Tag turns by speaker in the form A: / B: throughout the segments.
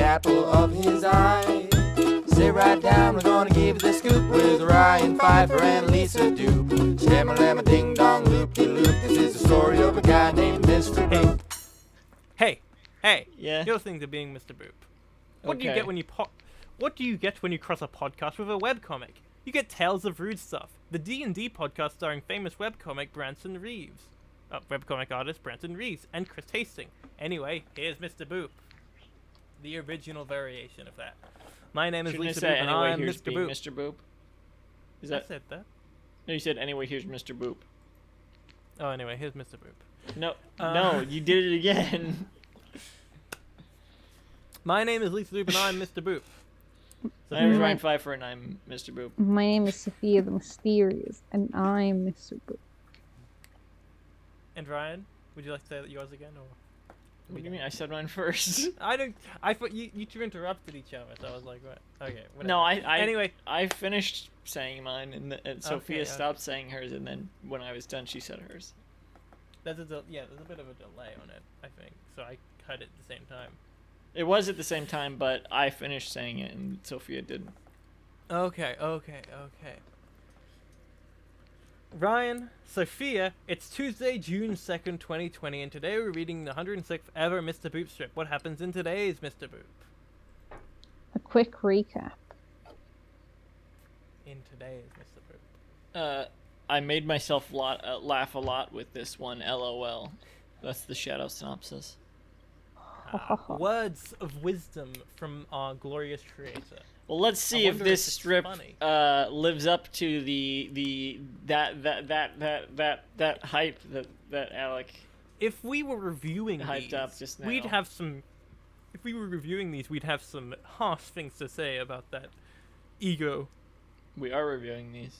A: of his eye. Sit right down, we're gonna give you the scoop with Ryan Pfeiffer and Lisa Dupe. Shamma lamma ding dong loop de loop. This is the story of a guy named Mr.
B: Hey.
A: Boop.
B: Hey, hey.
C: Yeah?
B: You're listening to Being Mr. Boop. What do you
C: Okay.
B: get when you po- What do you get when you cross a podcast with a webcomic? You get Tales of Rude Stuff, the D&D podcast starring famous webcomic Branson Reeves. Oh, webcomic artist Branson Reeves and Chris Hastings. Anyway, here's Mr. Boop. The original variation of that. My name is
C: Shouldn't I
B: Lisa
C: say
B: Boop and
C: anyway?
B: I'm
C: here's
B: Mr.
C: being
B: Boop.
C: Mr. Boop. Is
B: I
C: that
B: said that.
C: no? You said anyway. Here's Mr. Boop.
B: Oh, anyway, here's Mr. Boop.
C: No,
B: Uh,
C: no, you did it again.
B: My name is Lisa Boop and I'm Mr. Boop.
C: My name is Ryan
D: Mm.
C: Pfeiffer, and I'm Mr. Boop.
D: My name is Sophia the Mysterious, and I'm Mr. Boop.
B: And Ryan, would you like to say that yours again, or?
C: What do you mean? I said mine first.
B: I don't. I thought you, you two interrupted each other, so I was like, what? Okay. Whatever.
C: No, I, I
B: Anyway,
C: I finished saying mine, and, the, and Sophia
B: Okay, okay.
C: stopped saying hers, and then when I was done, she said hers.
B: there's a del- yeah, there's a bit of a delay on it, I think. So I cut it at the same time.
C: It was at the same time, but I finished saying it, and Sophia didn't.
B: Okay, okay, okay. Ryan, Sophia, it's Tuesday, June 2nd, 2020, and today we're reading the 106th ever Mr. Boop strip. What happens in today's Mr. Boop?
D: A quick recap.
B: In today's Mr. Boop.
C: Uh, I made myself lot, uh, laugh a lot with this one. LOL. That's the shadow synopsis.
B: Ah, words of wisdom from our glorious creator.
C: Well, let's see if
B: wonder if
C: this
B: it's
C: strip
B: funny.
C: uh, lives up to the the that that that that that that hype that that Alec.
B: if we were reviewing
C: Hyped
B: these,
C: up just
B: we'd
C: now.
B: have some. If we were reviewing these, we'd have some harsh things to say about that ego.
C: We are reviewing these.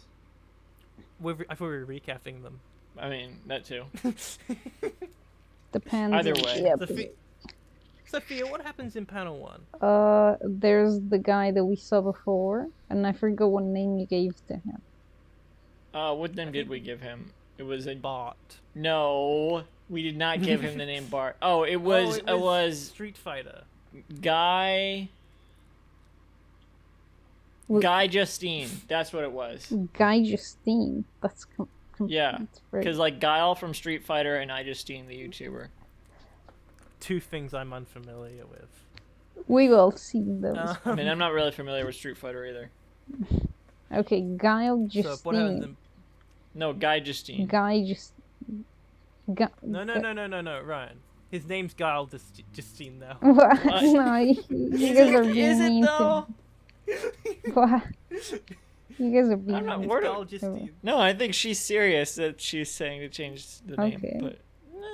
B: We're, re- I thought we were recapping them.
C: I mean that too.
D: Depends.
C: Either
D: on-
C: way.
D: yeah,
B: Sophia, Sophia, what happens in panel one?
D: but, uh, there's the guy that we saw before, and I forgot what name you gave to him.
C: Uh, what name did
B: think-
C: we give him? It was a
B: Bart.
C: no. We did not give him the name Bart. Oh, it was
B: oh, it
C: was
B: Street Fighter.
C: guy.
D: Was-
C: Guy Justine. That's what it was.
D: Guy Justine. That's com- com-
C: Yeah,
D: that's very-
C: Because like Guile from Street Fighter and I Justine the YouTuber.
B: Two things I'm unfamiliar with.
D: we will see those.
C: I
B: Um,
C: mean, I'm not really familiar with Street Fighter either.
D: okay, Guile
B: so what happens in?
D: Justine.
C: No, Guy Justine.
D: Guy just. Gu-
B: No, no, no, no, no, no, Ryan. His name's Guile Just- Justine now.
D: What?
C: What?
D: No, you, you guys are being
C: Uh, Is it
D: mean to
C: though?
D: me. What? You guys are being.
C: I'm not
D: mean.
C: worried.
B: Guile Justine.
C: No, I think she's serious that she's saying to change the
D: Okay.
C: name. But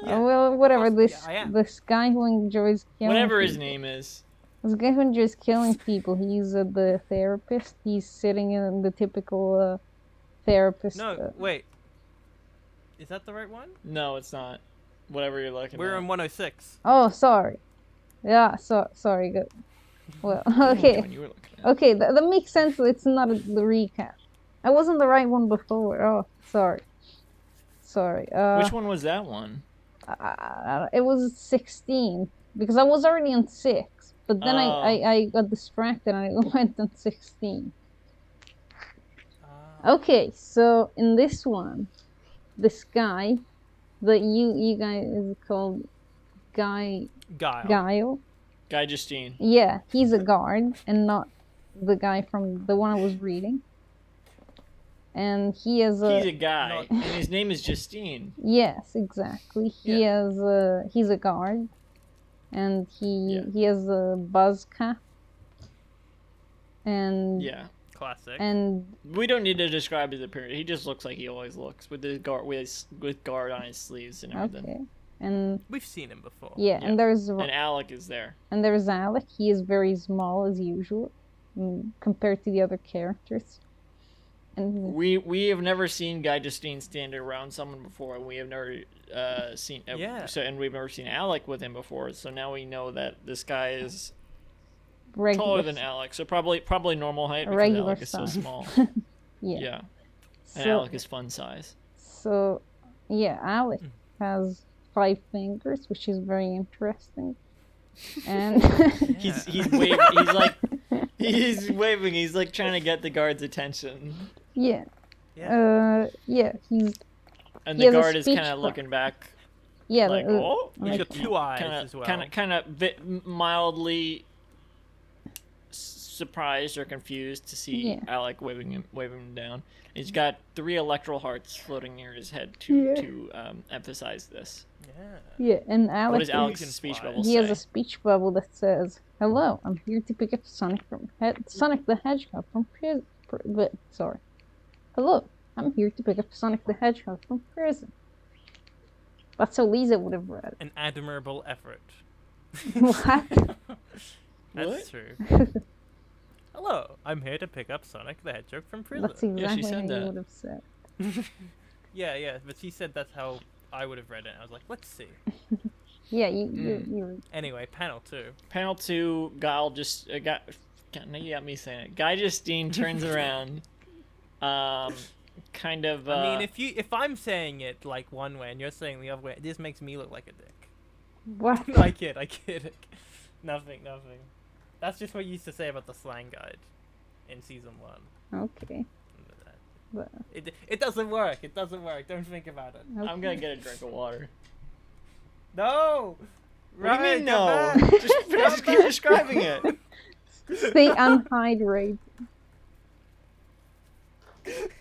B: Yeah.
D: Oh, well, whatever.
B: Possibly,
D: This
B: I am.
D: this guy who enjoys killing
C: whatever
D: people,
C: his name is.
D: This guy who enjoys killing people. He's uh, the therapist. He's sitting in the typical uh, therapist. uh,
B: No, wait. Is that the right one?
C: No, it's not. Whatever you're looking
B: We're
C: at.
B: in 106.
D: Oh, sorry. Yeah, so sorry. Good. Well,
C: I don't know which
D: okay,
C: one you were looking at.
D: okay. That, that makes sense. It's not a, the recap. I wasn't the right one before. Oh, sorry. Sorry. Uh,
C: Which one was that one?
D: uh, it was 16 because I was already on six, but then
C: Oh.
D: I, I, I got distracted and I went on 16.
B: Ah.
D: Okay, so in this one, this guy that you you guys is called Guy
B: Guile.
D: Guile.
C: Guy Justine.
D: Yeah, he's a guard and not the guy from the one I was reading. And he has
C: He's a guy,
B: not-
C: and his name is Justine.
D: Yes, exactly. He has a he's a guard, and he
C: Yeah.
D: he has a buzz cap, and
C: Yeah.
B: Classic.
D: and
C: We don't need to describe his appearance. He just looks like he always looks with the guard with his, with guard on his sleeves and everything.
D: okay, and
B: We've seen him before.
D: yeah,
C: Yeah.
D: and there's Ro-
C: And Alec is there.
D: and there's Alec. He is very small as usual, mm, compared to the other characters, and
C: We we have never seen Guy Justine standing around someone before, and we have never uh, seen uh,
B: Yeah.
C: So and we've never seen Alec with him before. So now we know that this guy is
D: regular.
C: taller than Alec, so probably probably normal height.
D: A
C: Because
D: regular
C: Alec is so
D: size.
C: small.
D: yeah.
C: yeah. and
D: So
C: Alec Hmm. is fun size.
D: so yeah, Alec has five fingers, which is very interesting, and
C: He's
B: Yeah.
C: he's waving. He's like he's waving. He's like trying to get the guard's attention,
D: yeah,
B: Yeah.
D: uh, yeah, he's
C: and
D: He
C: the
D: has a
C: guard is
D: speech
C: kind of
D: pro-
C: looking back,
D: yeah,
C: like
D: uh,
C: oh,
B: He's got two eyes
C: kind
B: as
C: of
B: well.
C: kind of kind of bit mildly s- surprised or confused to see
D: Yeah.
C: Alec waving him waving him down. He's got three electoral hearts floating near his head to
D: Yeah.
C: to um, emphasize this.
B: yeah.
D: yeah, and Alex.
C: What does Alex's
B: Lincoln
C: speech
B: fly.
C: bubble
D: he has
C: say?
D: a speech bubble that says, "Hello, I'm here to pick up Sonic from he- Sonic the Hedgehog from prison." Pr- but- sorry, hello, I'm here to pick up Sonic the Hedgehog from prison. That's how Lisa would have read.
B: An admirable effort.
D: it. what?
B: That's
C: What?
B: true. Hello, I'm here to pick up Sonic the Hedgehog from prison.
D: That's exactly
C: said
D: how
C: that.
D: you would have said.
B: yeah, yeah, but she said that's how I would have read it. I was like, let's see.
D: Yeah, you,
C: Hmm.
D: you, you
B: Anyway, panel two.
C: Panel two, Guile just uh, got. God, now you got me saying it. Guy Justine turns around, um, kind of. Uh,
B: I mean, if you if I'm saying it like one way and you're saying the other way, this makes me look like a dick.
D: what?
B: no, I kid, I kid. nothing, nothing. That's just what you used to say about the slang guide in season one.
D: Okay. But,
B: It, it doesn't work. It doesn't work. Don't think about it.
C: I'm gonna get a drink of water.
B: No.
C: What do you mean no?
B: go back.
C: Just, just keep describing it.
D: stay unhydrated.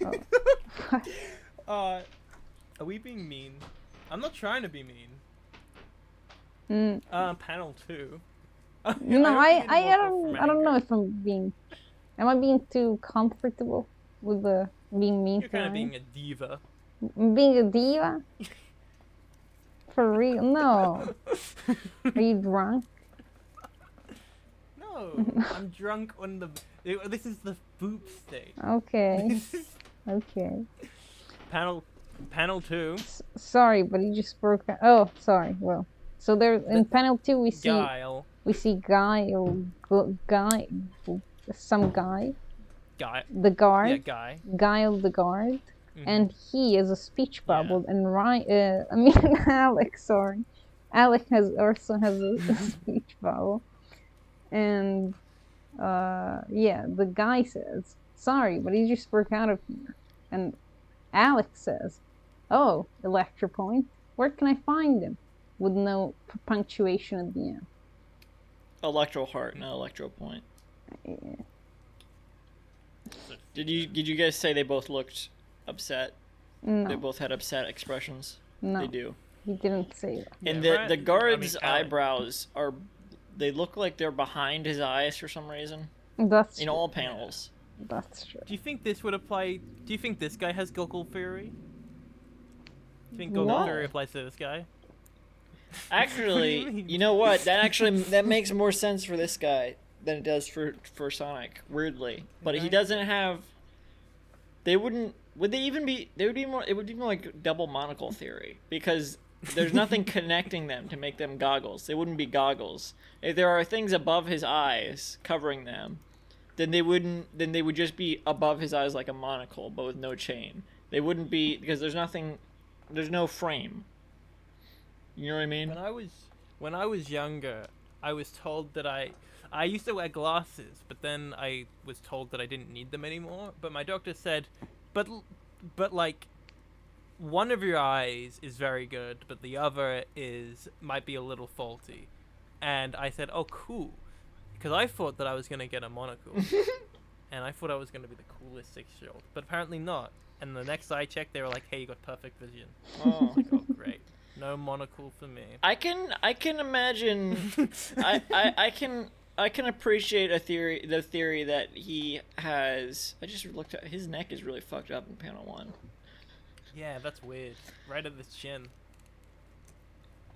B: oh. uh, are we being mean? I'm not trying to be mean.
D: Mm.
B: Uh, panel two.
D: No, I,
B: hope you
D: I,
B: didn't walk away
D: don't,
B: from
D: I don't know
B: anger.
D: if I'm being, am I being too comfortable with the being mean
B: You're
D: to
B: kind of
D: Ryan?
B: being a diva.
D: I'm being a diva? For real? No. Are you drunk?
B: no, I'm drunk on the. This is the boop stage.
D: Okay. Okay.
B: panel, panel two.
D: S- sorry, but he just broke out. Oh, sorry. Well, so there in panel two we see
B: Guile,
D: we see guy or gu- guy, some guy,
B: guy,
D: the guard.
B: yeah, guy.
D: Guile the guard,
B: Mhm.
C: Mm-hmm.
D: and he is a speech bubble, and Ryan, uh, I mean Alex, sorry, Alec has also has a, a
C: Mm-hmm.
D: speech bubble, and uh, yeah, the guy says, "Sorry, but he just broke out of here," and Alex says, "Oh, Electro Point, where can I find him?" With no p- punctuation at the end.
C: Electro heart, not electro point. Did you did you guys say they both looked upset? They
D: No,
C: both had upset expressions. They
D: no,
C: do.
D: he didn't say that.
C: And
B: Yeah,
C: the
B: Ryan- I
C: the
B: mean,
C: guard's
B: Alec.
C: eyebrows are, they look like they're behind his eyes for some reason
D: That's
C: in
D: true.
C: all panels.
D: that's true.
B: Do you think this would apply? Do you think this guy has Goggle Theory? Do you think
D: No.
B: Goggle Theory applies to this guy?
C: Actually,
B: What do you mean?
C: you know what? That actually that makes more sense for this guy than it does for for Sonic. Weirdly, but he
B: Right.
C: doesn't have. They wouldn't. Would they even be? They would be more. It would be more like double monocle theory because there's nothing connecting them to make them goggles. They wouldn't be goggles. If there are things above his eyes covering them, then they wouldn't. Then they would just be above his eyes like a monocle, but with no chain. They wouldn't be because there's nothing. There's no frame. You know what I mean?
B: When I was when I was younger, I was told that I I used to wear glasses, but then I was told that I didn't need them anymore. But my doctor said, but l- but like one of your eyes is very good, but the other is might be a little faulty. And I said, "Oh, cool." Because I thought that I was going to get a monocle. and I thought I was going to be the coolest 6-year-old, but apparently not. And the next eye check, they were like, "Hey, you got perfect vision." I
C: Oh.
B: was like, "Oh, great. No monocle for me."
C: I can I can imagine I, I I can I can appreciate a theory the theory that he has I just looked at his neck is really fucked up in panel one.
B: yeah, that's weird. Right at the chin.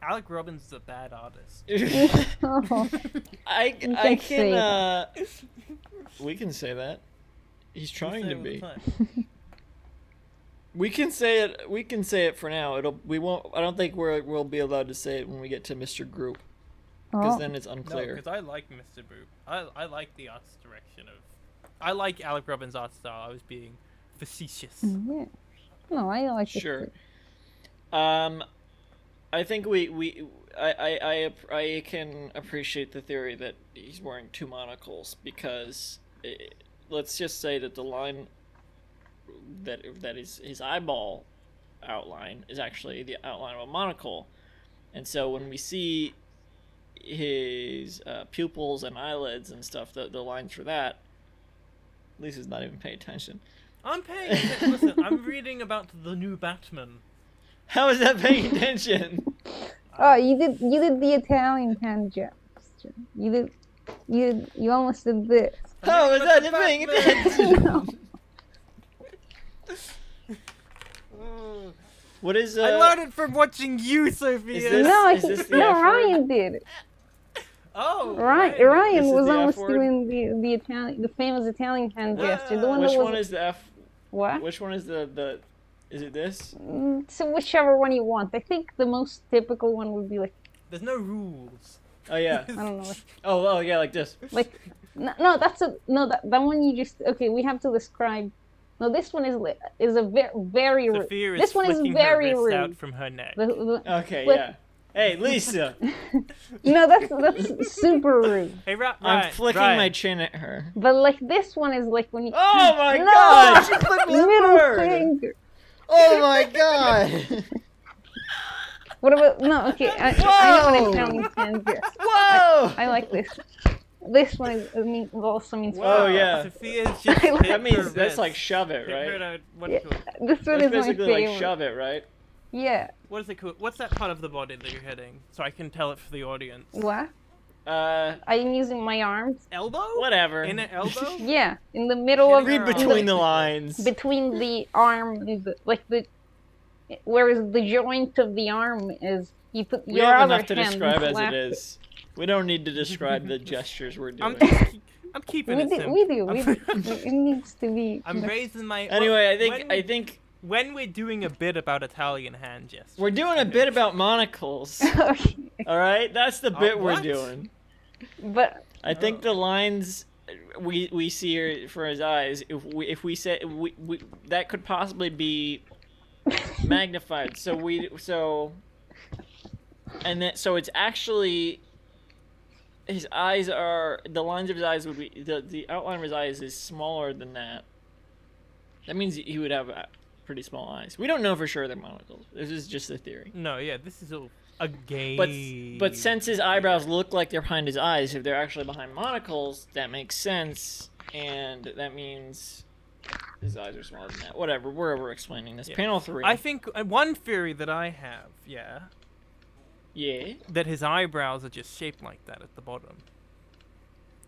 B: Alec Robbins is a bad artist.
C: I
D: Oh.
C: I
D: say
C: can uh we can say that. He's
B: We
C: trying
B: say
C: to
B: it all the
C: be.
B: time.
C: We can say it we can say it for now. It'll we won't I don't think we're we'll be allowed to say it when we get to Mr. Group because
D: Oh.
C: then it's
B: No,
C: unclear.
B: because I like Mr. Boop. I I like the arts direction of. I like Alec Robbins' art style. I was being facetious.
D: Yeah. No, I like it
C: Sure.
D: too.
C: Um, I think we we I, I, I, ap- I can appreciate the theory that he's wearing two monocles because i let's just say that the line that that is his eyeball outline is actually the outline of a monocle, and so when we see his uh, pupils and eyelids and stuff, the the lines for that. Lisa's not even paying attention.
B: I'm paying. atten- Listen, I'm reading about the new Batman.
C: How is that paying attention?
D: Oh, you did you did the Italian hand jumps. You did you you almost did this.
C: How is
D: Oh,
B: But
C: that
B: the
C: paying
B: Batman-
C: attention? What is uh,
B: I learned it from watching you, Sophia.
C: is this-
D: no,
C: is
D: he-
C: this the
D: no,
C: F word?
D: Ryan did it.
B: Oh,
D: Ryan,
B: right.
D: Ryan
C: is
D: was
C: the F
D: almost
C: word? Ah,
D: doing the the Italian, the famous Italian hand
B: Wow.
D: gesture, the one
C: which
D: that was
C: one is the F?
D: what?
C: Which one is the the? Is it this?
D: Mm, So whichever one you want. I think the most typical one would be like
B: There's no rules.
C: Oh yeah.
D: I don't know, like,
C: Oh oh yeah, like this.
D: like no, no that's a no that, that one you just okay. We have to describe. No, this one is li- is a very very rude.
B: Sophia is
D: This one is
B: flicking
D: very
B: her wrist out
D: rude.
B: from her neck.
D: The- the-
C: Okay
D: With-
C: yeah. Hey Lisa,
D: No, that's that's super rude.
B: Hey, Ra-
C: I'm
B: Ryan,
C: flicking
B: Ryan,
C: my chin at her.
D: But like this one is like when you
C: Oh my
D: No!
C: god! She flipped my
D: middle
C: bird!
D: finger.
C: Oh my god!
D: What about no? Okay, I, I know
C: Whoa!
D: what Italian hand gesture.
C: Whoa!
D: I like this. This one is, I mean, also means.
C: Whoa, Oh, yeah.
B: Sophia's just.
D: That
B: hit her
C: that means that's
B: wrist.
C: like shove it,
B: Hit her
C: right?
B: to- what,
D: Yeah.
B: do you call it?
D: This one
C: That's
D: is my
C: basically
D: favorite.
C: like shove it, right?
D: Yeah.
B: what is it called? What's that part of the body that you're hitting? So I can tell it for the audience.
D: What?
C: Uh,
D: I'm using my arms.
B: Elbow?
C: whatever.
B: In an elbow?
D: Yeah, in the middle of
B: Hitting
C: Read
B: her arm.
C: between the lines.
D: between the arm and the, like the whereas the joint of the arm is you put
C: we
D: your
C: have
D: other
C: enough to
D: hand
C: describe as it
D: slaps
C: is. We don't need to describe the gestures we're
B: I'm,
C: doing.
B: I'm keeping
D: We
B: it
D: do,
B: simple.
D: we do, we do.
B: I'm-
D: It needs to be.
B: I'm raising my.
C: Anyway, I
B: when
C: think
B: we-
C: I think
B: when we're doing a bit about Italian hand gestures,
C: we're doing a bit about monocles.
D: Okay,
C: All right, that's the
B: Uh,
C: bit we're
B: what?
C: doing.
D: but
C: I think
B: Oh.
C: the lines we we see are- for his eyes. If we if we say we, we that could possibly be magnified. So we so and then so it's actually his eyes are the lines of his eyes would be the the outline of his eyes is smaller than that. That means he would have uh, pretty small eyes. We don't know for sure they're monocles. This is just a theory.
B: No, yeah, this is all a game.
C: But but since his eyebrows look like they're behind his eyes, if they're actually behind monocles, that makes sense, and that means his eyes are smaller than that. Whatever, we're over explaining this.
B: Yeah.
C: Panel three.
B: I think uh, one theory that I have, yeah,
C: yeah,
B: that his eyebrows are just shaped like that at the bottom.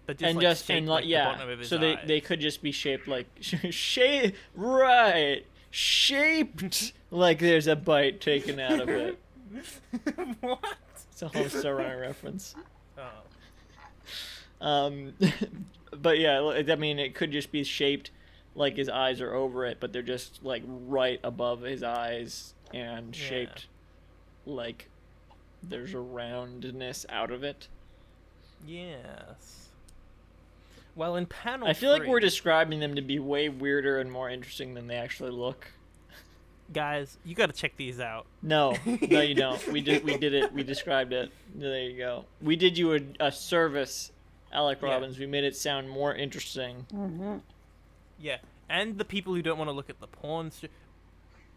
B: They're
C: and
B: like,
C: just
B: shaped
C: and
B: like
C: like
B: the
C: yeah,
B: bottom of his
C: so they
B: eyes.
C: they could just be shaped like shape right shaped like there's a bite taken out of it.
B: what?
C: It's a whole Star Runner reference.
B: Oh.
C: Um, but yeah, l- I mean, it could just be shaped like his eyes are over it, but they're just like right above his eyes and
B: Yeah.
C: shaped like there's a roundness out of it.
B: Yes. Well, in panel,
C: I feel like we're
B: three-
C: describing them to be way weirder and more interesting than they actually look.
B: guys. You got to check these out.
C: No, no, you don't. We did, we did it. We described it. There you go. We did you a, a service, Alec
B: Yeah.
C: Robbins. We made it sound more interesting.
D: mhm.
B: Yeah, and the people who don't want to look at the porn. St-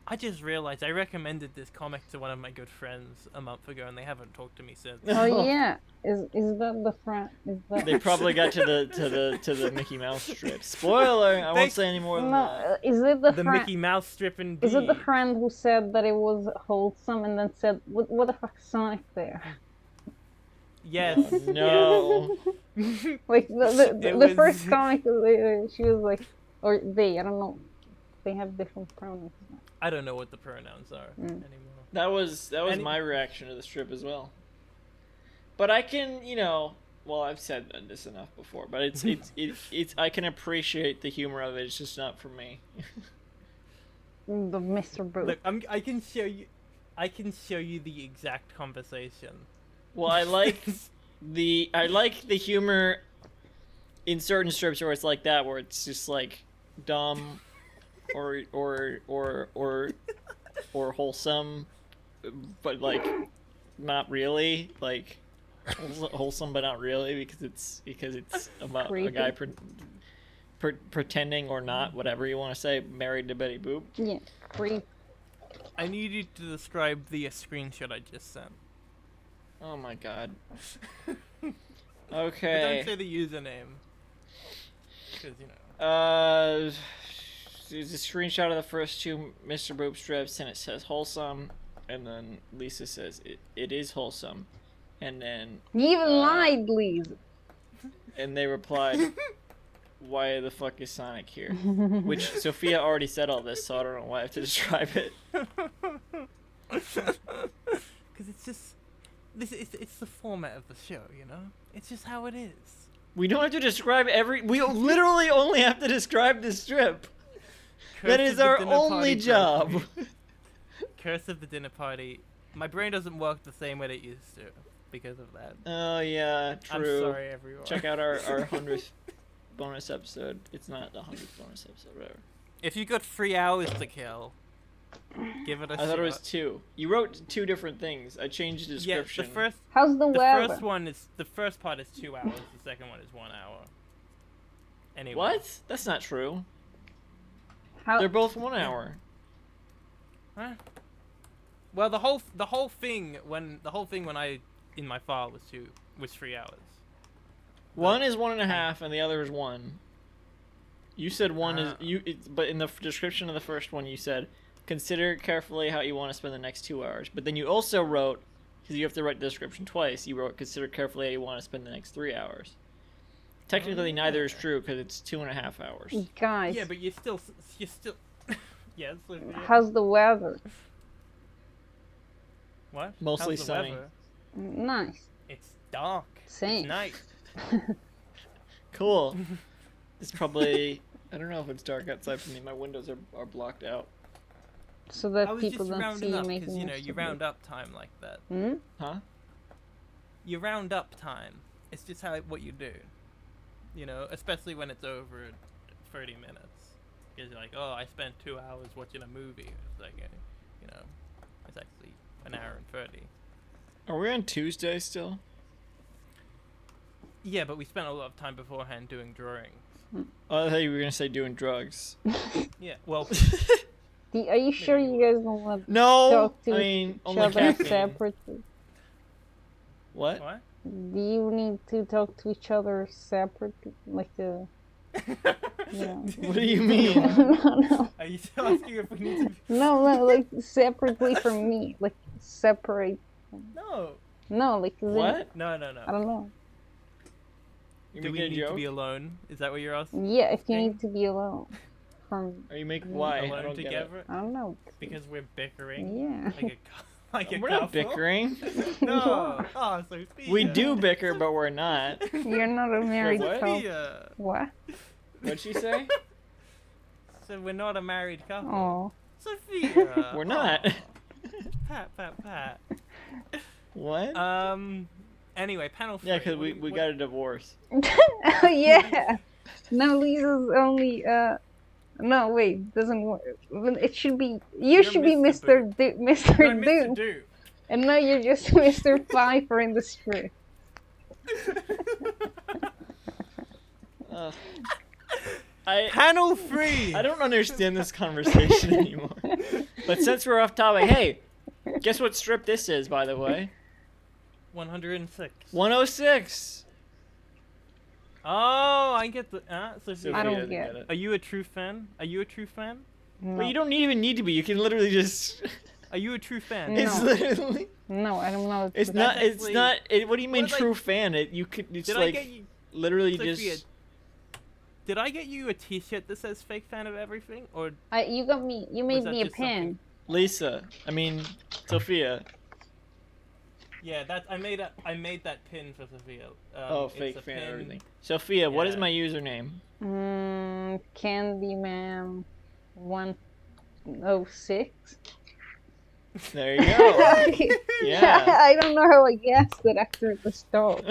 B: I just realized I recommended this comic to one of my good friends a month ago, and they haven't talked to me since.
D: oh yeah, is is that the front? Is that
C: They probably got to the to the to the Mickey Mouse strip. Spoiler! I
B: They-
C: won't say any more than
D: no?
C: that.
D: uh, Is it the,
B: the
D: friend?
B: Mickey Mouse strip and
D: Is it the friend who said that it was wholesome and then said, "What, what the fuck, Sonic?" There,
B: Yes.
C: No.
D: like the the,
B: It
D: the,
B: was-
D: first comic, uh, she was like, or they, I don't know, they have different pronouns.
B: I don't know what the pronouns are
D: Mm.
B: anymore.
C: That was that was
B: Any-
C: my reaction to the strip as well. But I can, you know, well, I've said this enough before, but it's it's it, it's I can appreciate the humor of it. It's just not for me.
D: The Mr. Boo.
B: Look, I'm, I can show you. I can show you the exact conversation.
C: Well, I like the I like the humor in certain strips where it's like that, where it's just like dumb or or or or or wholesome, but like not really like wholes- wholesome, but not really because it's because it's about a
D: Creepy.
C: guy pre- pre- pretending or not, whatever you want to say, married to Betty Boop.
D: Yeah, creep.
B: I need you to describe the uh, screenshot I just sent.
C: Oh my god.
B: But don't
C: Okay.
B: say the username. Because, you know.
C: Uh, there's a screenshot of the first two Mr. Boop strips, and it says wholesome, and then Lisa says it, it is wholesome, and then
D: You even
C: Uh,
D: lied, Lisa.
C: and they replied, "Why the fuck is Sonic here?" Which Sophia already said all this, so I don't know why I have to describe it.
B: Because it's just. This it's, it's the format of the show, you know? It's just how it is.
C: We don't have to describe every. We literally only have to describe the strip. that
B: Curse
C: is
B: of the
C: our
B: dinner
C: only
B: party
C: job.
B: Grand Prix. Curse of the dinner party. My brain doesn't work the same way that it used to because of that.
C: oh yeah, true.
B: I'm sorry, everyone.
C: Check out our our hundredth bonus episode. It's not the hundredth bonus episode, whatever.
B: If you got three hours to kill, give it a
C: I thought it was
B: shot.
C: two. You wrote two different things. I changed the
B: uh, yeah,
C: description.
B: the first
D: How's the,
B: the
D: weather?
B: first one is the first part is two hours. The second one is one hour. Anyway,
C: What? That's not true.
D: How- Oh.
C: They're both one hour.
B: Uh, Huh? Well, the whole the whole thing when the whole thing when I in my file was two was three hours.
C: One is one and a half, and the other is one. You said one is
B: Ah.
C: you, it, but in the f- description of the first one, you said consider carefully how you want to spend the next two hours. But then you also wrote because you have to write the description twice. You wrote consider carefully how you want to spend the next three hours.
B: Oh,
C: Technically, neither is true because it's two and a half hours.
D: Guys,
B: Yeah, but you're still s- you're still. yes. Olivia?
D: how's the weather?
B: what?
C: Mostly
B: How's the
C: sunny.
B: weather?
D: Nice.
B: It's dark. It's
D: Same.
B: night.
C: Cool. It's probably I don't know if it's dark outside for me. My windows are, are blocked out.
D: So
B: I
D: that
B: was just
D: people don't
B: rounding
D: see you
B: up because
D: making
B: you know
D: this
B: you
D: video.
B: round up time like that.
D: Hmm?
C: Huh?
B: you round up time. It's just how what you do, you know. Especially when it's over thirty minutes, because you're like, oh, I spent two hours watching a movie. It's like, eh, you know, it's actually an hour and thirty.
C: Are we on Tuesday still?
B: Yeah, but we spent a lot of time beforehand doing drawings.
C: Oh, I thought you were gonna say doing drugs.
B: Yeah, well,
D: Do- Are you sure
B: Maybe
D: you guys don't want to
C: No,
D: talk
C: I
D: to
C: mean
D: each
C: only
D: other
C: caffeine.
D: separately?
C: What?
B: what?
D: Do you need to talk to each other separately? Like, uh, yeah.
C: What do you mean?
D: no, no,
B: Are you still asking if we need to?
D: no, no, like separately from me, like separate.
B: No,
D: No, like as in-
C: what?
B: no, no, no.
D: I don't know.
C: You
B: do we
C: making a
B: need to
C: joke?
B: be alone? Is that what you're asking?
D: Yeah, if you
B: Okay.
D: need to be alone from,
C: Are you making why? I
B: alone
C: don't get it.
B: together?
D: I don't know.
B: Because we're bickering.
D: Yeah.
B: Like a, cou- like a
C: We're not
B: couple?
C: bickering.
B: No. Oh, so
C: We
B: Sophia.
C: do bicker, but we're not.
D: You're not a married
C: what?
D: couple.
B: Sophia.
D: What?
C: What'd she say?
B: So we're not a married couple.
D: Oh,
B: Sophia.
C: We're not.
B: Aw. pat, pat,
C: What?
B: pat. Um. Anyway, panel. Three.
C: yeah, because
B: what
C: we,
B: do you-
C: we
B: what-
C: got a divorce.
D: oh yeah. No, Lisa's only. uh No, wait, doesn't work. Well, It should be you
B: You're
D: should be
B: Mr.
D: Mister Do- Mister
B: No, Mr.
D: Doom,
B: Do.
D: and now you're just Mister Piper in the script.
C: Ugh. I
B: Panel three.
C: I don't understand this conversation anymore. But since we're off topic, hey, guess what strip this is, by the way?
B: One hundred and six.
C: 106.
B: Oh, I get the. Uh, Sophia.
D: I don't
C: doesn't
D: get
B: Are you a true fan? Are you a true fan?
C: But you
D: No,
C: don't even need to be. You can literally just.
B: Are you a true fan?
D: No.
C: It's literally.
D: no, I don't know.
C: It's
D: But
C: not.
B: that's
C: It's
B: actually-
C: not. It, what do you mean,
B: did I-
C: true fan? It you could. It's
B: Did I
C: like
B: get you?
C: literally
B: Sophia,
C: just.
B: Did I get you a T-shirt that says "fake fan of everything"? Or
D: I, you got me. You made
B: that
D: me a
B: just something-
D: pen.
C: Lisa, I mean Sophia.
B: yeah, that I made a I made that pin for Sophia. Um,
C: oh,
B: it's
C: fake
B: a
C: fan
B: pin-
C: and everything. Sophia, what is
B: Yeah.
C: my username?
D: Mm, Candyman, one oh six.
C: There you go. Yeah.
D: I don't know how I guessed it after the start.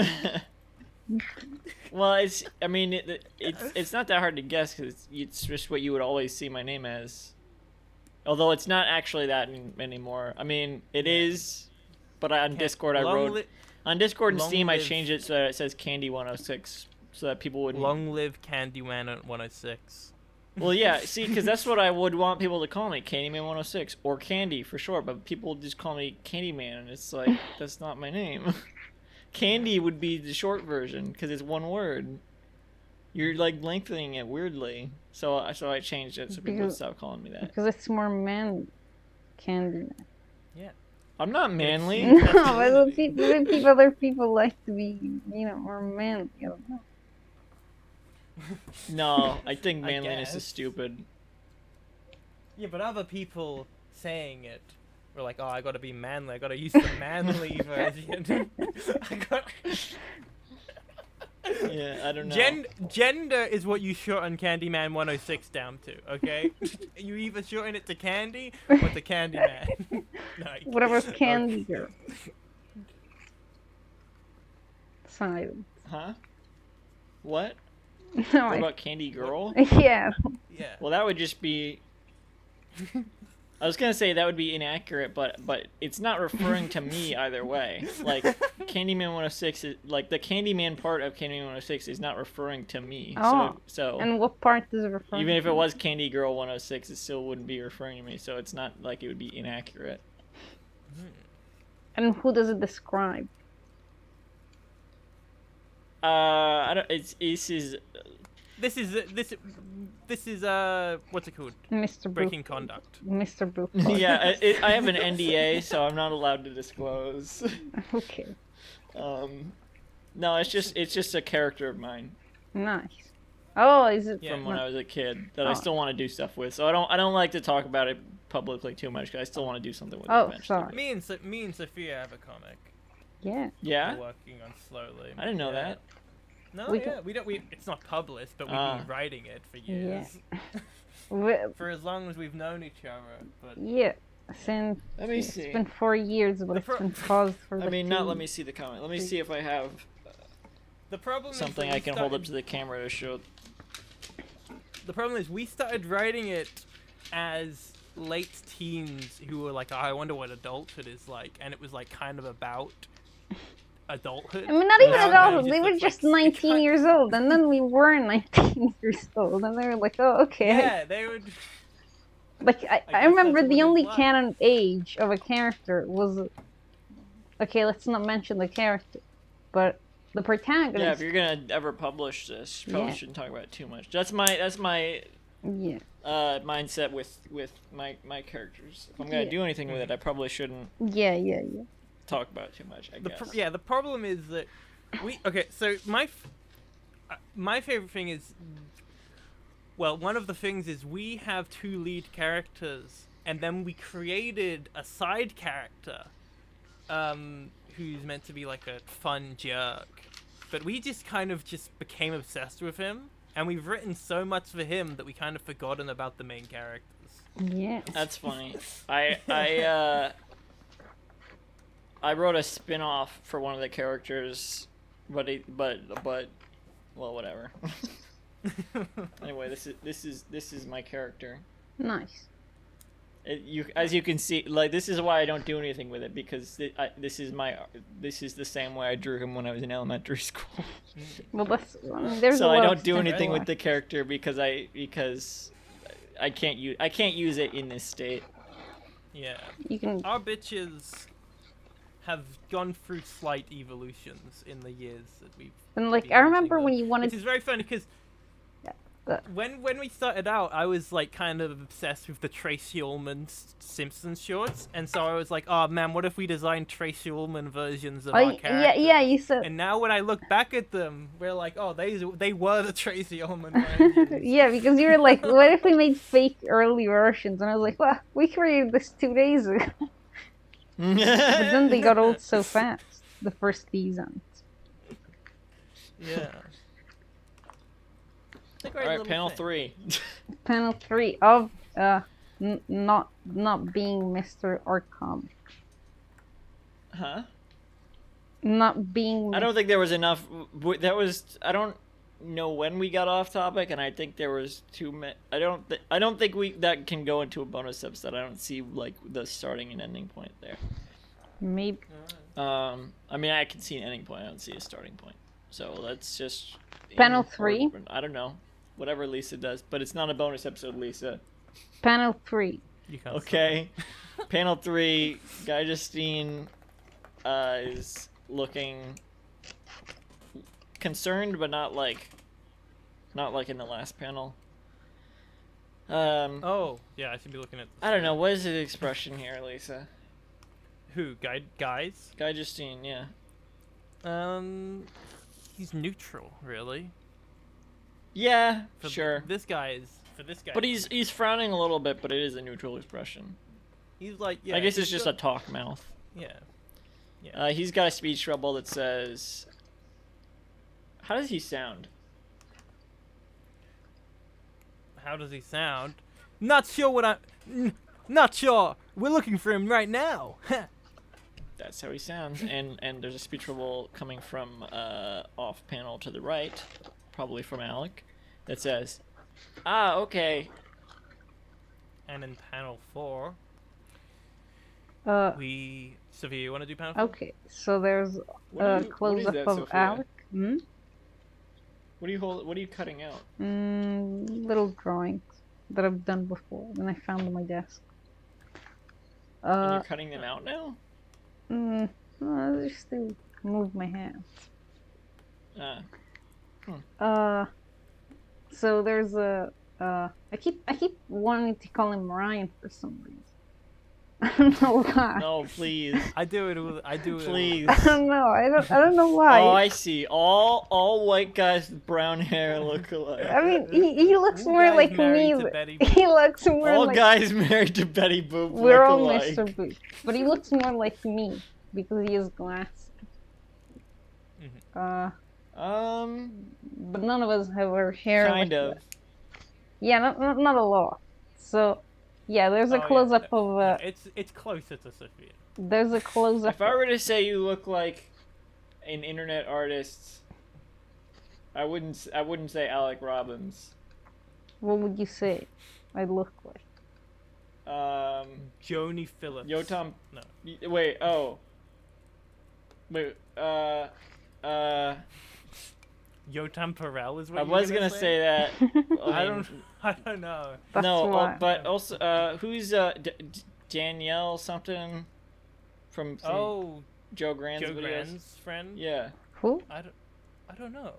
C: well, it's. I mean, it, it, it's it's not that hard to guess because it's, it's just what you would always see my name as. Although it's not actually that an- anymore. I mean, it is But on
B: Can't-
C: Discord, I
B: long
C: wrote
B: li-
C: on Discord and
B: long
C: Steam. I
B: live-
C: changed it so that it says Candy 106, so that people wouldn't.
B: long live Candyman at 106.
C: Well, yeah, see, because that's what I would want people to call me, Candyman 106 or Candy for sure. But people just call me Candyman, and it's like that's not my name. Candy would be the short version because it's one word. You're like lengthening it weirdly, so I so I changed it so people would
D: Because-
C: stop calling me that.
D: because it's more man candy.
C: I'm not manly.
D: No, but the peop- the peop- other people like to be, you know, more manly. I don't know.
C: No, I think
B: I
C: manliness
B: guess.
C: is stupid.
B: Yeah, but other people saying it were like, "Oh, I gotta be manly. I gotta use the manly version. I got
C: Yeah, I don't know.
B: Gen- gender is what you shorten Candyman 106 down to. Okay, you either shorten it to Candy or to Candyman. Like,
D: Whatever's
B: okay.
D: candier. Silence.
C: Huh? What?
D: No,
C: What
D: I,
C: about Candy Girl?
D: yeah.
B: Yeah.
C: Well, that would just be. I was gonna say that would be inaccurate, but but it's not referring to me either way. Like Candyman 106 is like the Candyman part of Candyman 106 is not referring to me.
D: Oh,
C: so, so
D: And what part does it refer?
C: even if
D: to?
C: it was Candy Girl 106, it still wouldn't be referring to me. So it's not like it would be inaccurate.
D: And who does it describe?
C: Uh, I don't. It's this is
B: This is this this is uh what's it called?
D: Mr. Boop-
B: Breaking conduct.
D: Mr. Boop.
C: yeah. I it, I have an NDA, so I'm not allowed to disclose.
D: okay.
C: Um, no, it's just it's just a character of mine.
D: Nice. Oh, is it
B: Yeah.
C: from when I was a kid that I
D: Oh.
C: still want to do stuff with. So I don't I don't like to talk about it publicly too much because I still want to do something with it
D: Oh,
C: eventually.
D: sorry.
B: Me and so- me and Sophia have a comic.
D: Yeah.
C: Yeah.
B: We're working on slowly.
C: I didn't know
B: Yeah.
C: that.
B: No,
D: We
B: yeah,
D: can-
B: we don't. We it's not published, but we've
C: Ah.
B: been writing it for years,
D: We-
B: for as long as we've known each other. But
D: yeah. Since
C: Let me
D: it's
C: see.
D: been four years, but
B: The
D: it's
B: pro-
D: been paused for.
C: I
D: the
C: mean, not let
D: team.
C: me see the comment. Let me see if I have
B: the problem
C: something
B: is that
C: I
B: we
C: can hold up
B: started-
C: to the camera to show.
B: The problem is we started writing it as late teens who were like, oh, I wonder what adulthood is like, and it was like kind of about adulthood.
D: I mean, not even
B: Now it
D: adults.
B: just
D: They were
B: looks like
D: just
B: sick
D: 19
B: hu-
D: years old, and then we were 19 years old, and they were like, "Oh, okay."
B: Yeah, they would.
D: Like I,
B: I
D: I,
B: guess
D: remember
B: that's what
D: the
B: it
D: only
B: was.
D: canon age of a character was okay. Let's not mention the character, but the
C: Yeah, if
D: protagonist.
C: you're gonna ever publish this, you probably
D: Yeah.
C: shouldn't talk about it too much. That's my that's my
D: Yeah,
C: uh, mindset with with my my characters. If I'm gonna
D: Yeah.
C: do anything with it, I probably shouldn't
D: yeah, yeah, yeah.
C: talk about it too much. I
B: The
C: guess.
B: pro- yeah, the problem is that we okay. So my f- uh, my favorite thing is well, one of the things is we have two lead characters, and then we created a side character, um, who's meant to be like a fun jerk, but we just kind of just became obsessed with him, and we've written so much for him that we kind of forgotten about the main characters.
D: Yeah.
C: That's funny. I I uh I wrote a spin-off for one of the characters, but it, but but well whatever. anyway, this is this is this is my character.
D: Nice.
C: It, you as you can see, like this is why I don't do anything with it because thi- I, this is my this is the same way I drew him when I was in elementary school.
D: Well, that's I mean, there's a
C: so I
D: lot of
C: don't do
D: stuff
C: anything
D: there.
C: with the character because I because I can't use I can't use it in this state.
B: Yeah.
D: You can.
B: Our bitches have gone through slight evolutions in the years that we've.
D: And like
B: been
D: I
B: using
D: remember
B: them.
D: when you wanted
B: Which is very funny because
D: the-
B: when when we started out, I was like kind of obsessed with the Tracy Ullman S- Simpsons shorts, and so I was like, "Oh man, what if we designed Tracy Ullman versions of
D: Oh,
B: our
D: y- yeah,
B: characters?"
D: yeah, you said.
B: And now when I look back at them, we're like, "Oh, they they were the Tracy Ullman versions."
D: yeah, because you were like, what if we made fake early versions? And I was like, well, we created this two days ago. But then they got old so fast, the first season.
B: yeah. It's a great
C: All right,
B: little
C: panel
B: thing.
C: three.
D: Panel three of uh, n- not not being Mr. Arkham,
C: huh?
D: not being.
C: I don't think there was enough. w- That was I don't know when we got off topic, and I think there was too many. I don't. Th- I don't think we that can go into a bonus episode. I don't see like the starting and ending point there.
D: Maybe
C: Um, I mean, I can see an ending point. I don't see a starting point. So let's just aim
D: Panel
C: for-
D: three?
C: I don't know, whatever Lisa does, but it's not a bonus episode, Lisa.
D: panel three.
B: You can't. stop.
C: Okay. Panel three. Guy Justine uh, is looking concerned, but not like, not like in the last panel. Um,
B: Oh, yeah, I should be looking at
D: Uh,
C: I don't know. What is the expression here, Lisa?
B: who guide guys.
C: Guy Justine, yeah.
B: Um, he's neutral, really.
C: Yeah,
B: For th-
C: sure.
B: This guy is for this guy.
C: But he's he's frowning a little bit, but it is a neutral expression.
B: he's like yeah.
C: I guess
B: he's
C: it's just a
B: got-
C: talk mouth.
B: yeah. Yeah.
C: Uh, he's got a speech trouble that says, "How does he sound?"
B: How does he sound? Not sure what I. N- not sure. We're looking for him right now.
C: That's how he sounds. And and there's a speech trouble coming from uh, off panel to the right, probably from Alec, that says, "Ah, okay,
B: and in panel four,
D: Uh,
B: we Sophia, you want to do panel? four?
D: okay, so there's
C: what,
D: a
C: are you, what
D: Uh, close
C: is
D: up
C: that,
D: of
C: Sophia?
D: Alec. Hmm?
C: What are you hold, What are you cutting out?
D: Mm, little drawings that I've done before and I found on my desk.
C: And
D: Uh,
C: you're cutting them out now?
D: mm, no, I just still move my hand.
C: Uh,
D: Uh, so there's a. Uh, I keep I keep wanting to call him Ryan for some reason. I don't know why.
C: no, please,
B: I do it. all- I do it. all-
C: please.
D: I don't know. I don't. I don't know why.
C: Oh, I see. All all white guys with brown hair look alike.
D: I mean, he, he looks
B: All
D: more
B: guys
D: like me.
B: married to
D: th-
B: Betty
D: He looks more
C: all
D: like
C: guys married to Betty Boop
D: we're
C: look
D: all
C: alike.
D: Mr. Boot, but he looks more like me because he has glasses.
C: Mm-hmm.
D: Uh,
C: Um,
D: but none of us have our hair.
C: kind
D: like
C: of.
D: that. Yeah, not, not not a lot. So, yeah, there's
B: Oh,
D: a
B: yeah,
D: close up
B: no,
D: of
B: no,
D: uh,
B: it's it's closer to Sophia.
D: there's a close up.
C: If I were to say you look like an internet artist, I wouldn't. s- I wouldn't say Alec Robbins.
D: What would you say? I look like.
C: Um,
B: Joni Phillips.
C: Yotam.
B: No.
C: y- Wait. Oh. Wait. Uh. Uh.
B: Yotam Perel is what
C: I
B: you
C: was
B: were
C: gonna say that.
B: I
C: mean,
B: don't. I don't know.
D: That's
C: no, oh,
D: why.
C: but also, uh, who's uh, D- D- Danielle something from, from
B: Oh,
C: Joe Grand's
B: Joe
C: videos?
B: Grand's friend.
C: Yeah,
D: Who?
B: I don't. I don't know.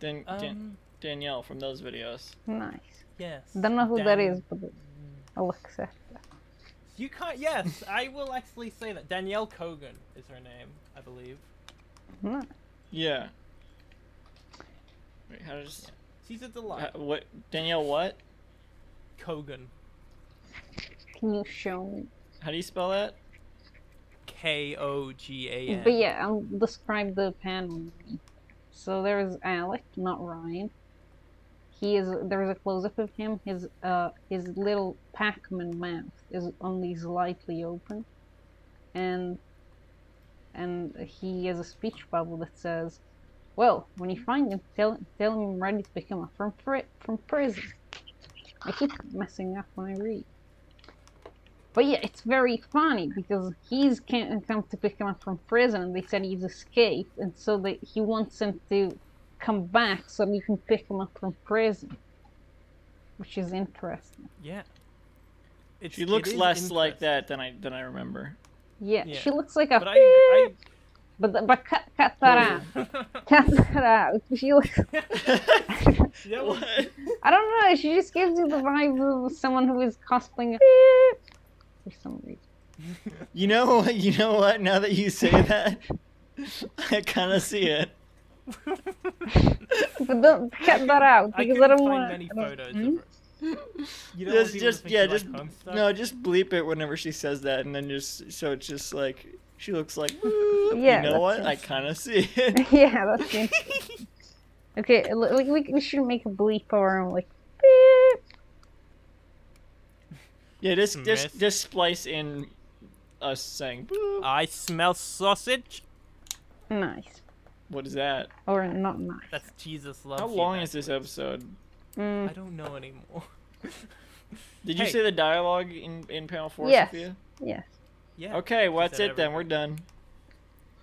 C: Dan-
B: Um.
C: Dan- Danielle from those videos.
D: Nice.
B: Yes.
D: Don't know who that
B: Dan-
D: is, but uh, Alexa.
B: You can't. Yes, I will actually say that Danielle Kogan is her name, I believe.
D: Nice.
C: Yeah. Wait, how does
B: She's a
C: how,
B: delight.
C: Uh, what Danielle? What?
B: Kogan.
D: Can you show me?
C: How do you spell that?
B: K O G A N.
D: But yeah, I'll describe the panel. So there is Alec, not Ryan. He is there is a close up of him. His uh his little Pac-Man mouth is only slightly open, and and he has a speech bubble that says, "Well, when you find him, tell tell him I'm ready to pick him up from pri- from prison." I keep messing up when I read. But yeah, it's very funny because he's can't come to pick him up from prison, and they said he's escaped, and so they, he wants him to come back so he can pick him up from prison, which is interesting.
B: Yeah. It's,
C: She
B: it
C: looks
B: is
C: less like
B: interesting.
C: that than I than I remember.
D: Yeah,
B: Yeah.
D: she looks like a
B: But I,
D: but th- but cut cut that out,
B: I
D: cut that out. She looks
B: that was
C: what?
D: I don't know. She just gives you the vibe of someone who is cosplaying a for some reason.
C: You know what? You know what? Now that you say that, I kind of see it.
D: But don't cut that out
B: I
D: because
B: couldn't
D: I, don't
B: find
D: want.
B: many
D: I don't-
B: photos
D: Hmm?
B: of her. You don't
C: just,
B: want people to
C: just
B: think
C: yeah,
B: you like
C: just
B: home stuff?
C: no, just bleep it whenever she says that, and then just so it's just like she looks like. You
D: Yeah,
C: know
D: that's
C: what?
D: it.
C: I kind of see it.
D: yeah, that's interesting. okay, l- like we, we should make a bleep or um, like beep.
C: Yeah, just
B: Miss.
C: just just splice in us saying. "Boop."
B: I smell sausage.
D: nice
C: What is that?
D: or not nice.
B: That's Jesus loves
C: How
B: you
C: long
B: back.
C: is this episode?
D: Mm,
B: I don't know anymore.
C: Did you
B: Hey.
C: say the dialogue in, in panel four,
D: Yes.
C: Sophia?
D: yes.
B: Yeah.
C: Okay, well, that's
B: said
C: it then.
B: everything.
C: We're done.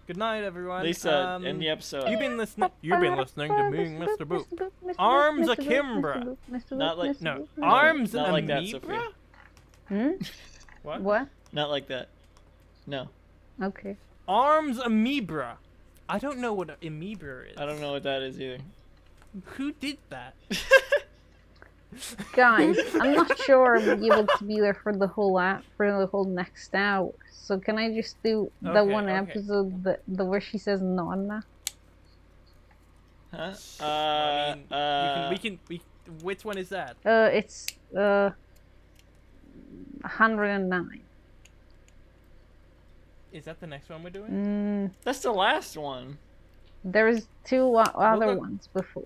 B: Good night, everyone.
C: Lisa,
B: um,
C: end the episode.
B: You've been listening. You've been listening to me, and Mr. Boop. Arms akimbo.
C: Not like-
B: No, arms
C: not
B: and
C: like that,
B: amoeba?
C: Sophia.
D: Hmm?
B: What?
D: What?
C: Not like that. No,
D: Okay.
B: Arms amoeba. I don't know what amoeba is.
C: I don't know what that is either.
B: Who did that?
D: Guys, I'm not sure I'll be able to be there for the whole app for the whole next hour. So can I just do the
B: Okay,
D: one
B: okay.
D: episode that the where she says nonna?
C: Huh? Uh,
B: I mean,
C: uh,
B: you can, we can. We. Which one is that?
D: Uh, it's uh, 109.
B: Is that the next one we're doing?
D: Mm,
C: that's the last one.
D: there is two o- other
B: then-
D: ones before.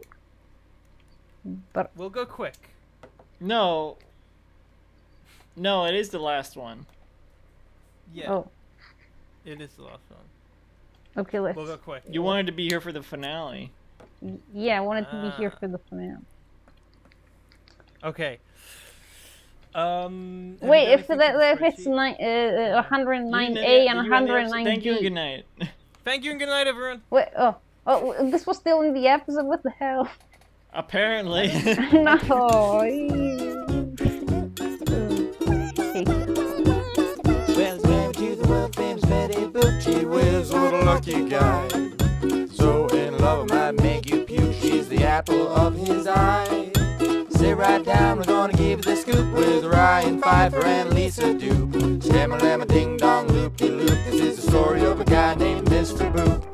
D: But
B: We'll go quick.
C: No. No, it is the last one.
B: Yeah.
D: oh,
B: It is the last one.
D: okay, let's.
B: We'll go quick.
C: You wanted to be here for the finale.
D: y- Yeah, I wanted to be here
B: Ah.
D: for the finale.
B: Okay. Um. have you
D: Wait,
B: done
D: if
B: anything
D: that
B: to the
D: if it's
B: spreadsheet?
D: ni- uh, uh, 109
C: You
D: A
C: kn-
D: and
C: you ran the episode.
D: 109
C: Thank you and
D: B.
C: good night.
B: Thank you and good night, everyone.
D: Wait, oh, oh, w- this was still in the episode. What the hell?
C: Apparently.
D: no. Okay.
A: Well, it's married to the world famous Betty Boop. She whiz, what a lucky guy. So in love, it might make you puke. She's the apple of his eye. Sit right down, we're gonna give you the scoop with Ryan Pfeiffer and Lisa Doop. Stammer, lamma, ding dong, loop de loop. This is the story of a guy named Mr. Boop.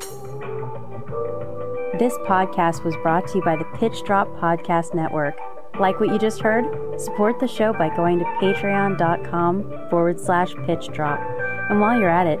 E: This podcast was brought to you by the Pitch Drop Podcast Network. Like what you just heard? Support the show by going to patreon.com forward slash pitch drop. And while you're at it,